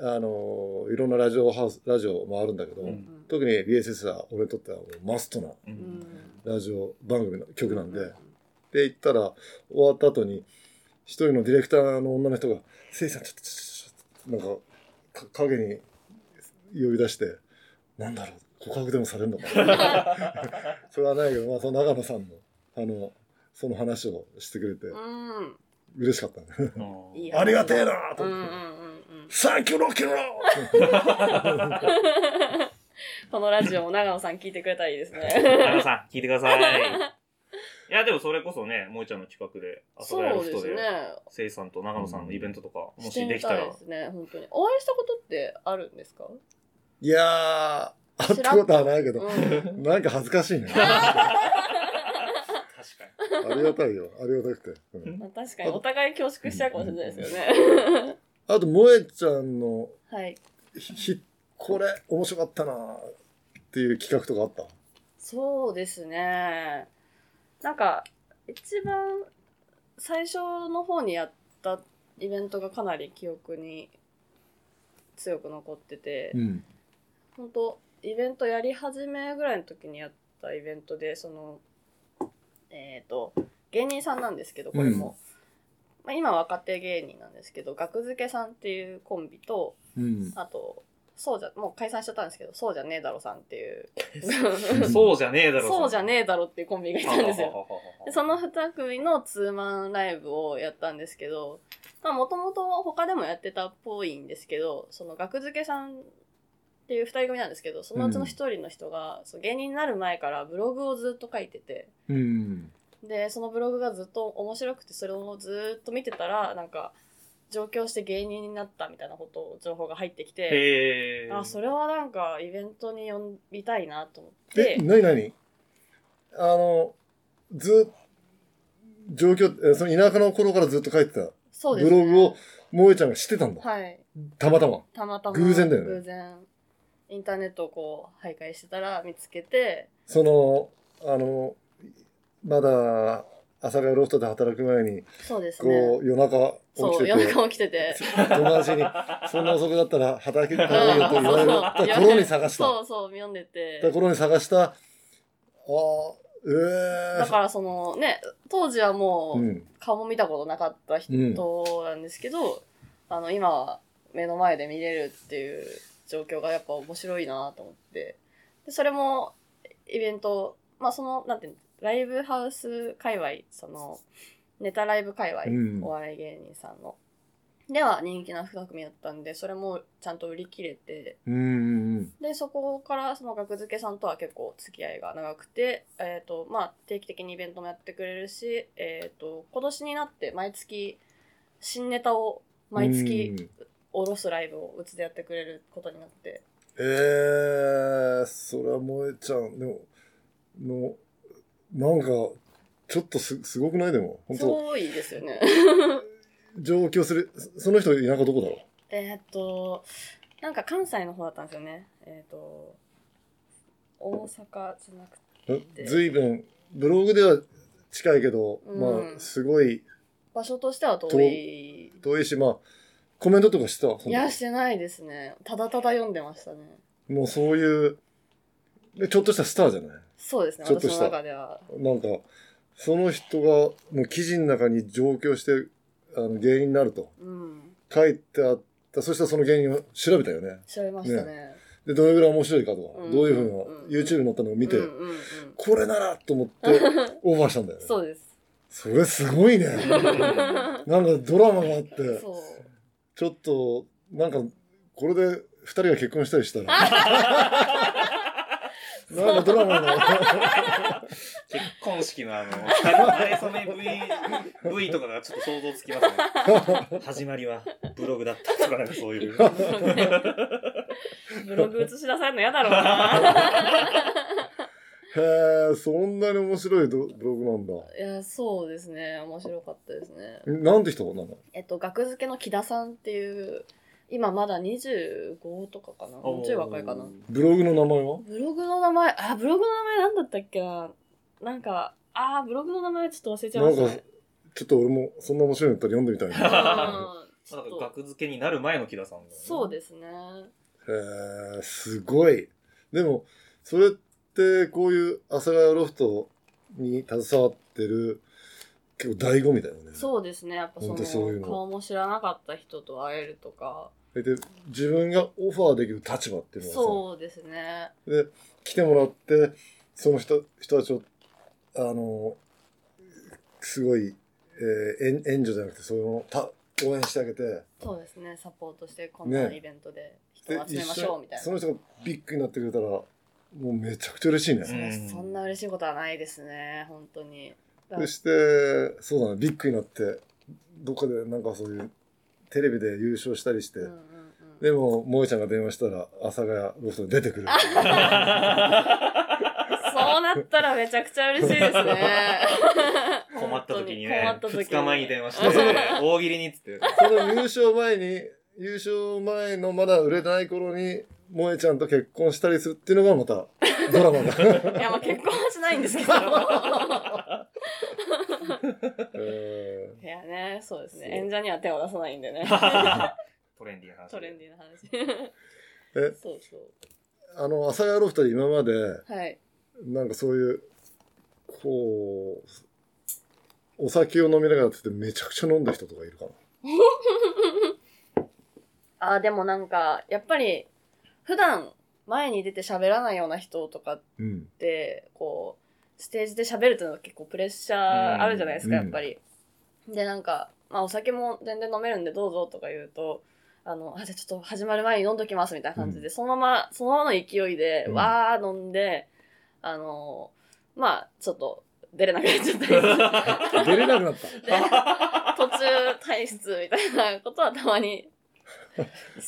あのー、いろんなラジオハウス、ラジオもあるんだけど、
うん
うん
特に BSS は俺にとってはもうマストな
う
うんん
ラジオ番組の曲なんで、で行ったら、終わった後に、一人のディレクターの女の人が、せいさん、ちょっと、ちょっと、ちょっと、なんか、か影に呼び出して、なんだろう、告白でもされるのかな。 [laughs] それはないけど、まあ、その長野さんの、あの、その話をしてくれて、
うん
嬉しかったね。
うん
いい
ありがてえなーと
うんう
思
ん
っ
う
て。
んうん
サンキューロケロ
このラジオも長野さん聞いてくれたらいいですね。
長野さん、聞いてください。いや、でもそれこそね、萌ちゃんの企画で、朝
そ
ドラロ
う
フ
で
ト
すね
で、。せいさんと長野さんのイベントとか、も
して
しで
み
きた
た
ら
いで、すね、本当に。お会いしたことってあるんですか
[laughs] いやー、会ったことはないけ
う
ど、
ん。
なんか恥ずかしいね。
確かに。
ありがたいよ。ありがたくて。うん
まあ確かに、お互い恐縮しちゃうかもしれないですよね。 [laughs]
あと、萌えちゃんの
はい。
ひひこれ面白かったなーっていう企画とかあった
そうですね。なんか、一番最初の方にやったイベントがかなり記憶に強く残ってて、
ん
本当イベントやり始めぐらいの時にやったイベントでそのえっ、と芸人さんなんですけどこれも、まあ、今若手芸人なんですけど学付けさんっていうコンビと
うん
あとそうじゃもう解散しちゃったんですけどそうじゃねえだろさんっていう
[laughs] そうじゃねえだろ。
そうじゃねえだろっていうコンビがいたんですよ。でその2組のツーマンライブをやったんですけどもともと他でもやってたっぽいんですけどその学付けさんっていう2人組なんですけどそのうちの1人の人が、その芸人になる前からブログをずっと書いてて
うん
でそのブログがずっと面白くてそれをずっと見てたらなんか上京して芸人になったみたいなこと、情報が入ってきて、
へえ。
あ、それはなんかイベントに呼びたいなと思っ
え、
て、
なになにあの、ず、状況、えその田舎の頃からずっと書いてた、
そうです、
ブログを、萌えちゃんが知ってたんだ。
はい。
たまたま。
たまたま。
偶然だよね
偶然。インターネットをこう、徘徊してたら見つけて、
その、あの、まだ、朝佐ヶ谷ロフトで働く前に、
そうですね。
こう、夜中起
そう、
きて
夜
て、
中起き
[laughs]
てて。
友達に、そんな遅くだったら働
[laughs]
けたらいいよと言われた頃に探した。
そうそう、読んでて。
だ頃に探した、ああ、ええ
だからそのね、当時はも
う。
うん顔も見たことなかった人なんですけど、あの、今は目の前で見れるっていう状況がやっぱ面白いなと思って。で、それもイベント、まあその、なんていうの、ライブハウス界隈、その、ネタライブ界隈、
うん
お笑い芸人さんの。では人気な2組だったんで、それもちゃんと売り切れて、
うんうんうん。
で、そこから、その学付けさんとは結構付き合いが長くて、えっ、と、まあ、定期的にイベントもやってくれるし、えっ、と、今年になって毎月、新ネタを毎月
うん。
おろすライブをうちでやってくれることになって、
ええそれは萌えちゃん、でも、の、なんか、ちょっとす、すごくないでも、本
す
当
ごいですよね。 [laughs]
上京する、そその人田舎どこだろ
えっと、なんか関西の方だったんですよね。えっ、と、大阪じゃなくて、
う
で
ずいぶん、ブログでは近いけど、
うん
まあ、すごい
場所としては遠い。
遠いし、まあ、コメントとかしてたそ
い
んな
や、してないですね。ただただ読んでましたね。
もうそういう、でちょっとしたスターじゃない
そうですね、
ちょっと
私
し
の
た
中では。
なんか、その人が、もう記事の中に上京して、あの、芸人になると
うん。
書いてあった。そしたらその芸人を調べたよね。
調べましたね。
で、どれぐらい面白いかとか、
うん
どういうふう
うん
な、YouTube に載ったのを見て、
うんうんうん、
これならと思って
[laughs]
オファーしたんだよね。
そうです。
それすごいね。なんかドラマがあって、
そう。
ちょっと、なんか、これで二人が結婚したりした
[laughs]
ら。なんかドラマの、
結婚式のあの、なれ初め V、V とかがちょっと想像つきますね。始まりはブログだったとかなんかそういう。
ブログ映し出されるの嫌だろ
[laughs]
うな。
へえ、そんなに面白いドブログなんだ。
いや、そうですね。面白かったですね。
なんて人なの
えっと、学付けの木田さんっていう、今まだ25とかかな。もうちょい若いかな。
ブログの名前は
ブログの名前、あ、ブログの名前なんだったっけな。なんか、あー、ブログの名前ちょっと忘れちゃいました
なん
ね
か。ちょっと俺もそんな面白いのだったら読んでみたいな。へ
[laughs] うんちょ
な
っ
んか
と
学付けになる前の木田さんだよね
そうですね。
え、すごい。でも、それってこういう阿佐ヶ谷ロフトに携わってる結構醍醐味だよね。
そうですね。やっぱそ
ほんとそういう
の、
の
顔も知らなかった人と会えるとか。
で、自分がオファーできる立場っていうのは
そうですね。
さ、で、来てもらって、その人人たちを、あの、すごい、えー援援助じゃなくて、そういうのをた応援してあげて、
そうですね、サポートして、こんな
ね
イベントで人
で
を集めましょうみたい
一緒に
な。
その人がビッグになってくれたら、もうめちゃくちゃ嬉しいね。
その人うん
そんな嬉しいことはないですね、本当に。
そして、そうだね、ビッグになって、どっかでなんかそういう、テレビで優勝したりして、
うんうんうん
でも、萌えちゃんが電話したら、阿佐ヶ谷ロフトに出てくる。
そうなったらめちゃくちゃ嬉しいです
[laughs]
ね。
困った時に
困
ね
っ、た時に
2日前に電話して、大喜利にっつって。
その優勝前に、優勝前のまだ売れてない頃に、萌えちゃんと結婚したりするっていうのがまた、ドラマ
[laughs]
だ。
いや、まあ結婚はしないんですけど。い
え
やね、そうです
そう
ね。演者には手を出さない
[laughs]
んでね。
トレンディーな話。
トレンディーな話。
え
そうそう。
ーあの、阿佐ヶ谷ロフトで今まで、
はい。
なんかそういう、こう、お酒を飲みながらって言ってめちゃくちゃ飲んだ人とかいるかな。
あー、でもなんか、やっぱり、普段、前に出て喋らないような人とか
うん。
ってこうステージで喋るっていうのは結構プレッシャーあるじゃないですか、
うん
やっぱり。でなんか、まあ、お酒も全然飲めるんでどうぞとか言うと。あのあじゃあちょっと始まる前に飲んどきますみたいな感じで、そのままそのままの勢いで、
うん
わー飲んであの
[laughs]
まあちょっと出れなくなっちゃったり
出れなくなった。
途中体質みたいなことはた
[laughs]
まに。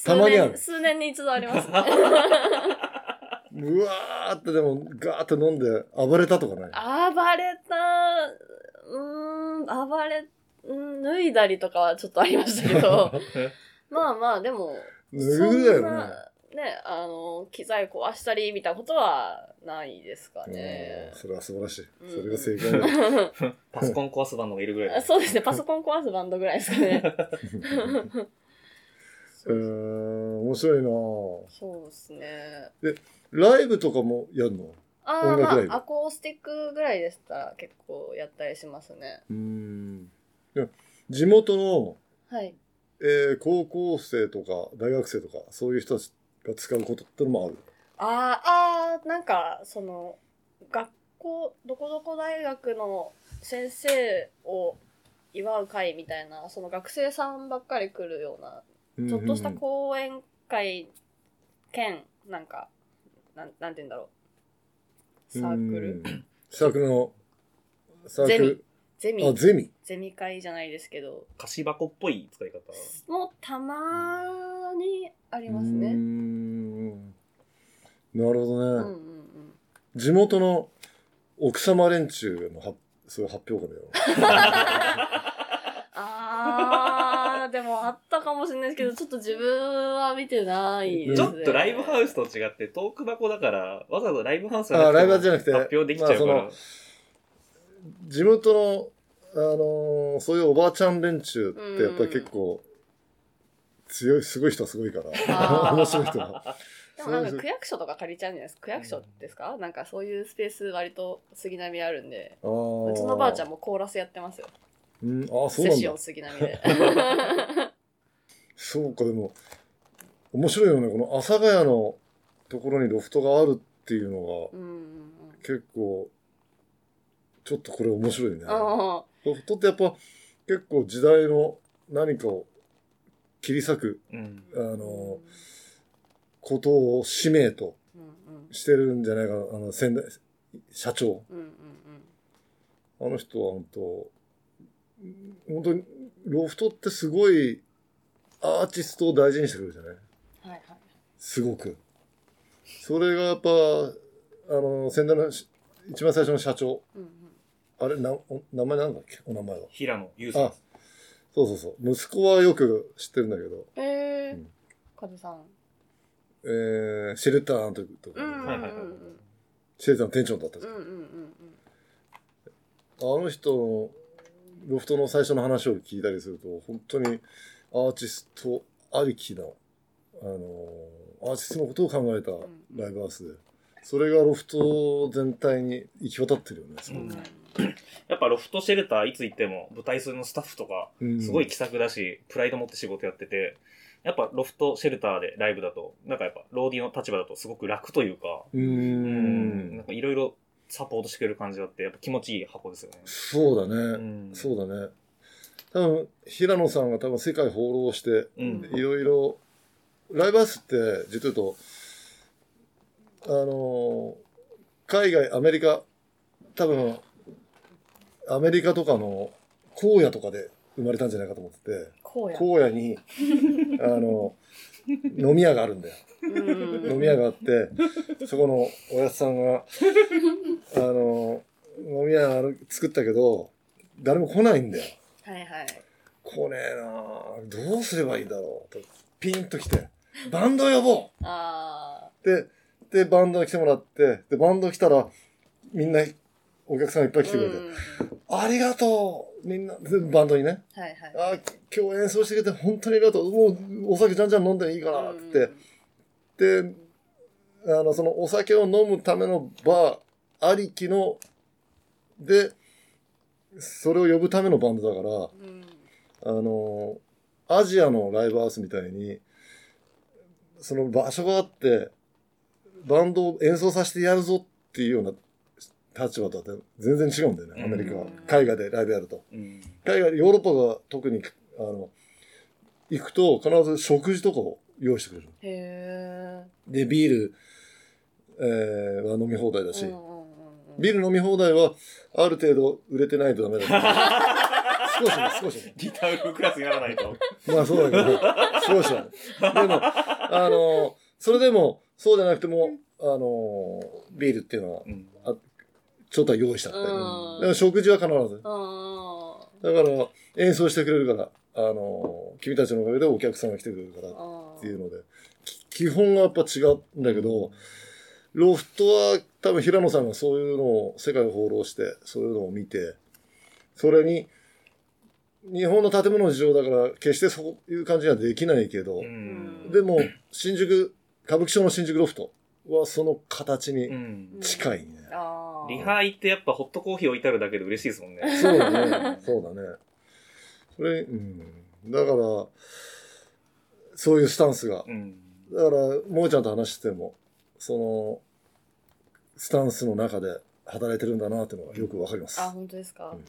たまにある
数年数年に一度あります、ね。
[laughs] うわーってでも、ガーって飲んで暴れたとかない。
暴れた、うーん、暴れ、うん脱いだりとかはちょっとありました
[laughs]
けど、まあまあ、でも、
脱ぐだ
そん
よね。
なね、あの、機材壊したりみたいなことはないですかね
うん。それは素晴らしい。
うん
それが正解だよ。
パソコン壊す番のがいるぐら
あ
いだ。
[laughs] そうですね、パソコン壊すバンドぐらいですかね。 [laughs]
えー、面白いなぁ
そうですね。
ライブとかもやるの
あ
音
ー
楽ライブ
まあ、アコースティックぐらいでしたら結構やったりしますね。
うーん。いや地元の、
はい。
えー高校生とか大学生とか、そういう人たちが使うことってのもある。
あーあーなんかその学校どこどこ大学の先生を祝う会みたいなその学生さんばっかり来るようなちょっとした
うん
講演会兼なんかなんなんて言うんだろうサークル
うんサークルの、サークル。
ゼ
あ、
ミ
ゼミ。
ゼミ会じゃないですけど
菓子箱っぽい使い方。
もうたまーにあります
うー
ね。
んなるほ
う
どね
んう。んうん
地元の奥様連中のはそういう発表会だよ。
あー、でもあったかもしれないですけど、ちょっと自分は見てないです、
ち
ね。
ょっとライブハウスと違ってトーク箱だから、わざわざライブハウスじゃなくて
あライブハウスじゃなくて
発表できちゃうから。
まあ地元の、あのーそういうおばあちゃん連中ってやっぱり結構強い、すごい人はすごいから、
あ
[laughs]
ー
面白い人は。
でもなんか区役所とか借りちゃうんじゃないですか。区役所ですか、なんかそういうスペース割と杉並あるんで。
あー
うちのばあちゃんもコーラスやってますよ。
うん、ああ、そう
セ
なん
シオ
だ
ン。杉並で。
そうか、でも、面白いよね。この阿佐ヶ谷のところにロフトがあるっていうの
う
が、
んうんうん。
結構、ちょっとこれ面白いね。
あ
ロフトってやっぱ結構時代の何かを切り裂く、
うん。
あの、ことを使命と
うんうん
してるんじゃないかな、あの、先代、社長。
うんうん
あの人は本当、本当に、ロフトってすごいアーティストを大事にしてくるじゃない
うん。はいはい。
すごく。それがやっぱ、あの、先代のし一番最初の社長。
うんうん、
あれ、な、お名前なんだっけお名前は。
平野優さん
あ。、そうそうそう。息子はよく知ってるんだけど、
えー、
うん
カズさん。
えー、シェルターの時とか、
うん
はいはいはい。
シェルターの店長だった
う
じゃ
ん
ん
うんうんうん。
あの人のロフトの最初の話を聞いたりすると、本当にアーティストありきの、あのーアーティストのことを考えたライブハウスで、それがロフト全体に行き渡ってるよね、すご
うん
く
やっぱロフトシェルターいつ行っても舞台数のスタッフとか、
うん
すごい気さくだし、プライド持って仕事やってて、やっぱロフトシェルターでライブだと、なんかやっぱローディの立場だとすごく楽というか、
うー
うんなん
ん。
かいろいろサポートしてくれる感じがあって、やっぱ気持ちいい箱ですよね。
そうだね。
ん
そうだね。多分、平野さんが多分世界放浪して、
うん。
いろいろ、ライブハウスって、実は言うと、あのー海外、アメリカ、多分、アメリカとかの荒野とかで生まれたんじゃないかと思ってて、
こうや。
荒野に、あの、飲み屋があるんだよ。飲
飲
み屋があって、そこのおやつさんが、 [laughs] あの、飲み屋ある作ったけど、誰も来ないんだよ。
はいはい。
来ねえなあどうすればいいんだろうと、ピンと来て、バンド呼ぼ
あ
うで、で、バンドに来てもらって、で、バンド来たら、みんな、お客さんいっぱ
あ。
い来てくれて、
うんうんうん
ありがとうみんな、でバンドにね、
はいはい。
あ今日演奏してくれて本当にありがとうもう、お酒じゃんじゃん飲んでいいから、っ
うん
て、で、あの、そのお酒を飲むためのバーありきの、で、それを呼ぶためのバンドだから、
うん
あの、アジアのライブハウスみたいに、その場所があって、バンドを演奏させてやるぞっていうような立場とは全然違うんだよね、アメリカは
うん。
海外でライブやると。
うん。
海外、ヨーロッパが特に、あの、行くと必ず食事とかを用意してくれる。
へえ。
で、ビール、えーは飲み放題だし、
うんうんうんうん [laughs]
ビール飲み放題は、ある程度売れてないとダメだけど、少しね、少しね。
ギター部クラスにならないと。
まあそうだけど、少しはね。でも、あの、それでも、そうじゃなくても、あの、ビールっていうのは、
うん
ちょっとは用意したって。
うん
でも食事は必ず。だ
うん。
から、演奏してくれるから、あの、君たちのおかげでお客さんが来てくれるからっていうので、き基本がやっぱ違うんだけど、ロフトは多分平野さんがそういうのを、世界を放浪して、そういうのを見て、それに、日本の建物の事情だから、決してそういう感じにはできないけど、
うん
でも、新宿、歌舞伎町の新宿ロフトはその形
う
に
ん
近いね。
ああ。
リハ行ってやっぱホットコーヒー置いてあるだけで嬉しいですもんね。
そうだね。そうだね。それ、うん。だから、そういうスタンスが。
うん。
だから、もえちゃんと話してても、その、スタンスの中で働いてるんだなっていうのがよくわかります。
あ、本当ですか、
うん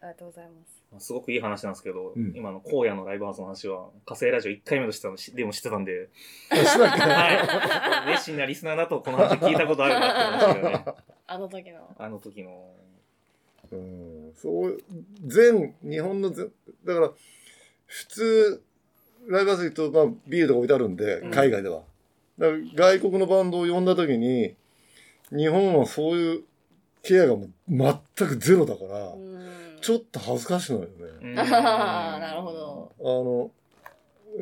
ありがとうございます。
すごくいい話なんですけど、
うん
今の荒野のライブハウスの話は、火星ラジオ1回目としてたのしでも知ってたんで、
あしなきゃ
はい。熱心なリスナーだとこの話聞いたことあるなって思いましたけどね。
あの時の。
あの時の。
うんそう、全、日本の全、だから、普通、ライブハウス行くと、まあ、ビールとか置いてあるんで
うん、
海外では。だから外国のバンドを呼んだ時に、日本はそういうケアがもう全くゼロだから、
うん。
ちょっと恥ずかしくないよ
う
ね。
ん
[laughs] あーなるほど。
あの、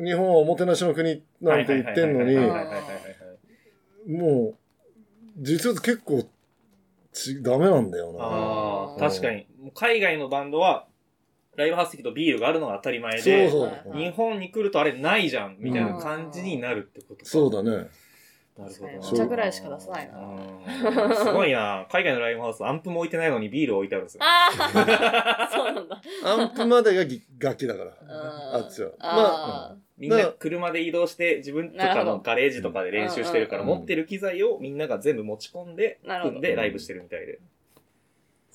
日本はおもてなしの国なんて言ってんのに
はい、はいはいはいはいはいはいはい
もう、実は結構ち、ダメなんだよな。
あ
うん
あ、確かに。もう海外のバンドは、ライブハウス行くとビールがあるのが当たり前
そう
で、
そう。
日本に来るとあれないじゃん、みたいな感じになるってことか。
そうだね。
なるほどな。
お茶ぐ
らいしか出さないな
うんすごいな。海外のライブハウス、アンプも置いてないのにビール置いてあるんですよ。
ああ [laughs] そうなんだ。
アンプまでがぎ楽器だから。
うん
あっちは
あ
みんな車で移動して、自分とかのガレージとかで練習してるから、
なるほど
持ってる機材をみんなが全部持ち込んで、
なるほど
組んでライブしてるみたいで。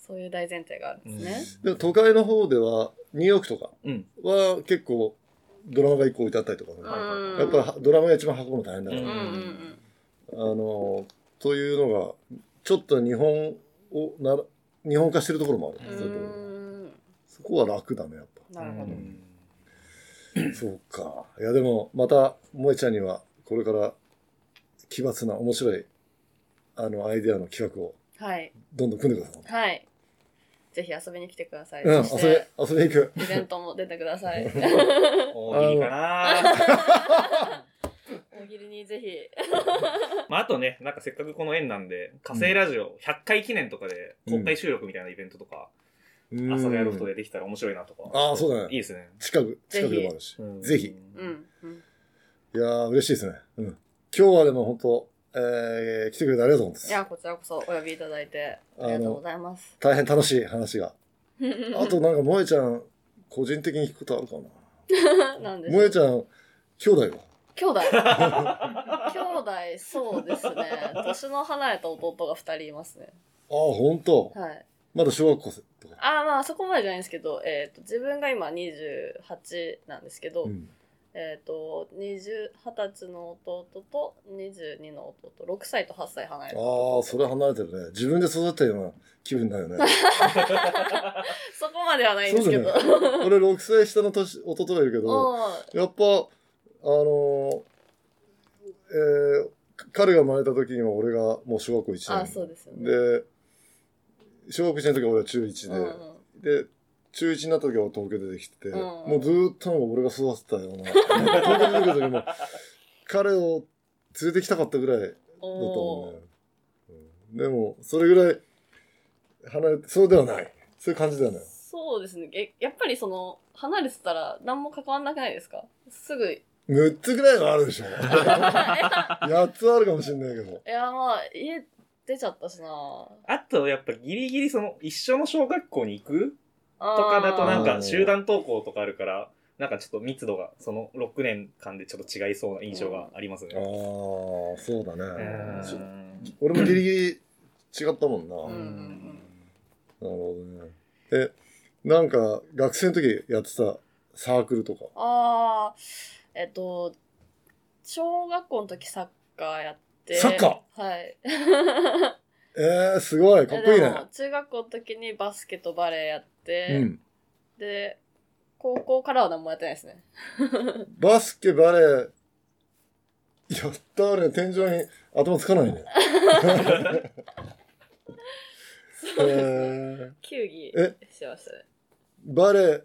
ーそういう大前提があるんですね。
でも都会の方では、ニューヨークとか
うん。
は結構ドラマが一個置いてあったりとかね、
ん
うん
やっぱはドラマが一番運ぶの大変だか
う
ら、
うん
あ
うんう
うん
ん。
の、というのが、ちょっと日本をなら、日本化してるところもある。
う
そういうところ
ん。
そこは楽だね、やっ
なるほ
う
ど。
ん
ぱ。そうか。いや、でも、また、萌ちゃんには、これから、奇抜な、面白い、あの、アイデアの企画を、
はい。
どんどん組んでください。
はい。ぜひ遊びに来てください。
うん、
そし
遊
て、
び、遊びに行く。
イベントも出てく
[laughs]
ださい。
大喜利かな
大喜利にぜひ。
[laughs] まあ、あとね、なんかせっかくこの縁なんで、火星ラジオ100回記念とかで公開収録みたいなイベントとか、
うん
朝早ロフトでできたら面白いなとか。
ああ、そうだ
いい
ね。
ですね。
近く、近くでもあるし。
うん
ぜひ。
うん。うん
いやー、嬉しいですね。うん。今日はでも本当、えー、来てくれてありがとうござ
い
い
や、
ます。
こちらこそお呼びいただいて、ありがとうございます。
大変楽しい話が。あとなんか、萌えちゃん、個人的に聞くことあるかな。
[laughs] なんで
萌えちゃん、兄弟は
兄
[laughs]
弟兄弟、そうですね。年の離れた弟が二人いますね。
ああ、本当。
はい。
まだ小学校生とか。
あーまあ、そこまでじゃないんですけど、えっ、と、自分が今28なんですけど、
うん。
えっ、と、20、20歳の弟と22の弟、6歳と8歳離れて
ああ、それ離れてるね。自分で育てたような気分だよ
[laughs]
ね。
そこまではないんですけど。
そ俺6歳下の年、弟がいるけど、
おー
やっぱ、あのー、えー、彼が生まれた時には俺がもう小学校1年。
あー、そうですよね。
で、小学1年の時は俺は中1
う
で、
んうん
で、中1になった時は俺東京出てきてて、
うん
もうずーっとなんか俺が育てたような、 [laughs] 東京出てくる時も、彼を連れてきたかったぐらいだったも
お
ん
ー
ね。うんでも、それぐらい離れて、そうではない。そういう感じだよね。
そうですね。えやっぱりその、離れてたら何も関わんなくないですかすぐ。 [laughs] い
6つぐらいはあるでしょ。
[laughs] や、
8つはあるかもしれないけど。
いやまあ、家出ちゃったしな
あと、やっぱギリギリその、一緒の小学校に行く
と
とかだとなん
あー
か集団登校とかあるから、なんかちょっと密度が、その6年間でちょっと違いそうな印象があります
ああ
ね。、
そうだ
う
ね。ち
ん
俺もギリギリ違ったもんな。
うんうん
なるほどね。え、なんか、学生の時やってたサークルとか。
ああ、えっと、小学校の時サッカーやって。
サッカ
ーはい。
えー、 [laughs] すごい、かっこいい
で
ね
も。中学校の時にバスケとバレーやって、
うん。
で、高校からは何もやってないですね。
バスケ、バレー、やったあれ、天井に頭つかないね。えー
球技
え
してましたね。
バレー、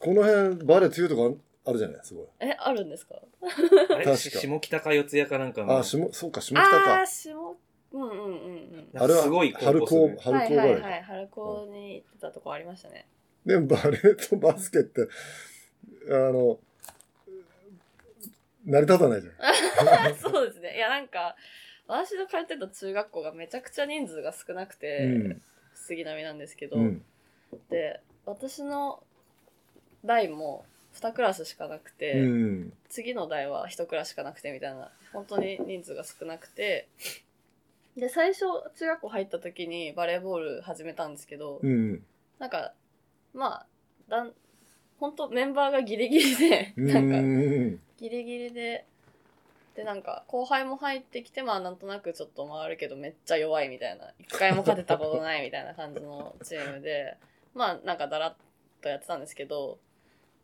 この辺、バレー強いとこあるじゃないすごい。
え、あるんですか
あ
確
れ
か
下北か四谷かなんかの。
あ、しも、そうか、下北
ああー、
か。
下、うんうんうんうん。
あれは、
すごい高校
春高、
です
春高バ
はい
レ
はい
ー。
はい、春高に行ってたとこありました
[laughs]
ね。
でもバレーとバスケって、あの、成り立たないじゃん。
そうですね。いや、なんか、私の通ってた中学校がめちゃくちゃ人数が少なくて、杉並なんですけど、
うん。うん。
で、私の代も2クラスしかなくて、
うん。
次の代は1クラスしかなくてみたいな、本当に人数が少なくて、で、最初、中学校入った時にバレーボール始めたんですけど、
うん。
なんか、まあ、だん、本当メンバーがギリギリで、
うん。
なんか、
うん
ギリギリで、で、なんか、後輩も入ってきて、まあ、なんとなくちょっと回るけど、めっちゃ弱いみたいな、一回も勝てたことないみたいな感じのチームで、まあ、なんか、だらっとやってたんですけど、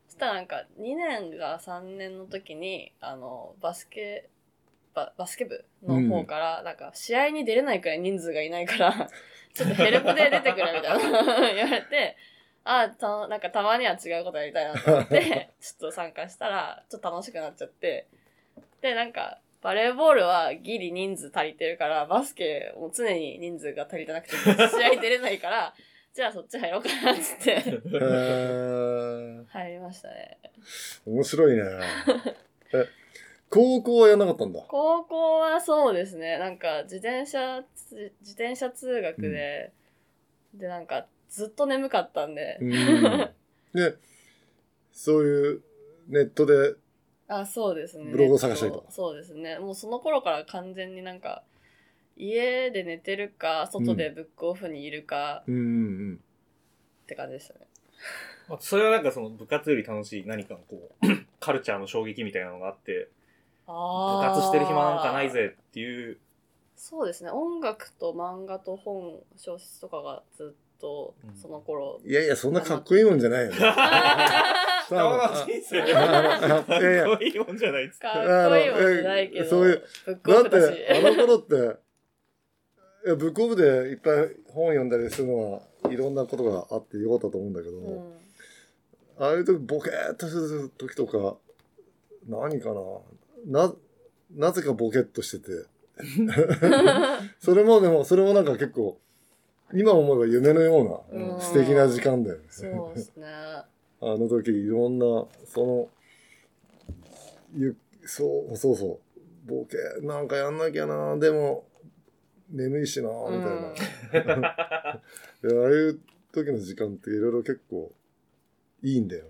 そしたらなんか、2年が3年の時に、あの、バスケ、ババスケ部の方から、なんか、試合に出れないくらい人数がいないから、ちょっとヘルプで出てくれみたいな [laughs] 言われて、ああ、たの、なんかたまには違うことやりたいなと思って、ちょっと参加したら、ちょっと楽しくなっちゃって、で、なんか、バレーボールはギリ人数足りてるから、バスケも常に人数が足りてなくて、試合出れないから、 [laughs] じゃあそっち入ろうかなっつ
[laughs]
って、
へー
入りましたね。
面白いね。え、高校はやんなか
[laughs]
ったんだ。
高校はそうですねなんか自転車自自転車通学で、でなんかずっと眠かったんで、
うん。で、そういうネットで、
あそうですね
ブログを探したりとか
ネットそうですねもうその頃から完全になんか家で寝てるか外でブックオフにいるか
うんうん
って感じでしたね、
まあそれはなんかその部活より楽しい何かのこう、 [clears throat] カルチャーの衝撃みたいなのがあって、部
ああ
活してる暇なんかないぜっていう、
そうですね音楽と漫画と本小説とかがずっとその頃、
うん。いやいや、そんなかっこいいもんじゃない
[laughs]
よね。
[laughs] 人の人生
[laughs] いやいや
[laughs] すごいもんじゃないですか。
かっこいいもんじゃないけ
あのえ
ど
そういう
ブック
だっ、
オフだして
あの頃って、いやブックオフでいっぱい本読んだりするのは、いろんなことがあってよかったと思うんだけど、
うん
ああいう時ボケーっとしてる時とか、何かな、な、なぜかボケっとしてて、それもでも、それもなんか結構、今思えば夢のよう
うん
な素敵な時間だよね。
そうで
[laughs]
すね。
あの時いろんな、その、ゆそう、そうそう、ボケ、なんかやんなきゃな、でも、眠いしな、みたいな。
うん
いやああいう時の時間っていろいろ結構いいんだよ。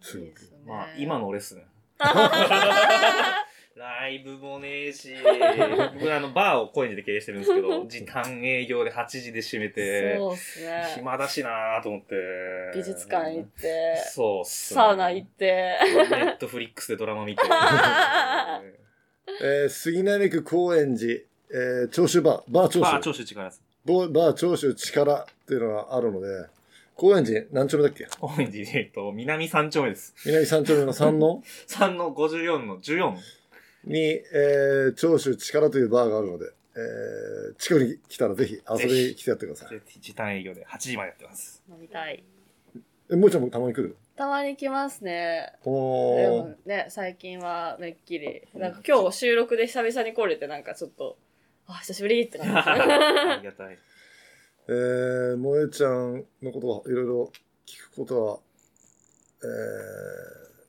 す
い
ご
いで
く
すね
まあ、今の俺っす
[laughs]
ね。ライブもねえ
[laughs]
し、僕あの、バーを高円寺で経営してるんですけど、時短営業で8時で閉めて、
そうですね。
暇だしなーと思って。
美術館行って、
そうっすね
サウナ行って。
ネットフリックスでドラマ
[laughs]
見て。バ
えー、杉並区高円寺、えー、長州バー、バー長州、
ー、長州力です。
ボバー長州力っていうのがあるので、高円寺何丁目だっけ
高円寺で、えっと、南三丁目です。
南三丁目の三の
3の54の14。
に、えー、長州力というバーがあるので、えー、近くに来たらぜひ遊びに来てやってください。
で時短営業で8時までやって
[laughs]
ます。
飲みたい。
え、もうちゃんもたまに来る
たまに来ますね。で
おー
もね、最近はめっきり。なんか今日収録で久々に来れて、なんかちょっと、あ、久しぶりって感じ [laughs] ですね。
ありがたい。
えー、萌えちゃんのことはいろいろ聞くことは、え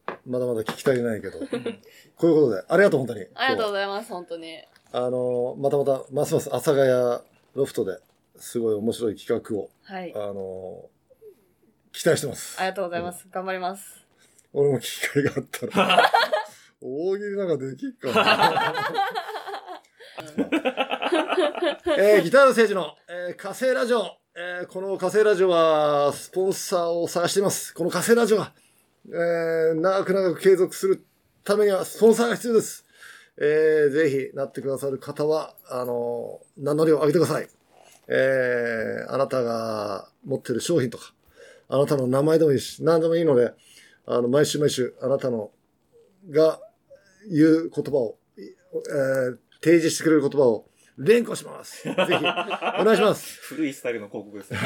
ー、まだまだ聞き足りないけど、こういうことで、ありがとう、本当に。
ありがと
う。
うございます、本当に。
あの、またまた、ますます阿佐ヶ谷ロフトですごい面白い企画を、
はい。
あの、期待してます
あり。がとうございます。頑張ります。
俺も機会があったら。大喜利なんかできっかな。えー、ギターの聖地の、えー、火星ラジオ。えー、この火星ラジオは、スポンサーを探しています。この火星ラジオが、えー、長く長く継続するためには、スポンサーが必要です。えー、ぜひ、なってくださる方は、あのー名乗りを上げてください。えー、あなたが持ってる商品とか、あなたの名前でもいいし、何でもいいので、あの、毎週毎週、あなたの、が、言う言葉を、いえー提示してくれる言葉を、連呼し [laughs] ます。ぜひ、お願いします。
古いスタイルの広告ですね。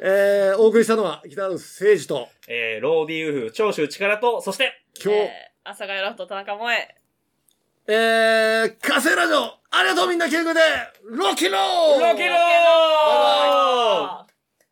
えー、お送りしたのは、ギターの聖司と、
えー、ローディウーフ、長州力と、そして、
今日、
えー、朝がよロフト田中萌え。
えー、火星ラジオ、ありがとうみんな聞いてくれて、ロッキンロー
ロケロー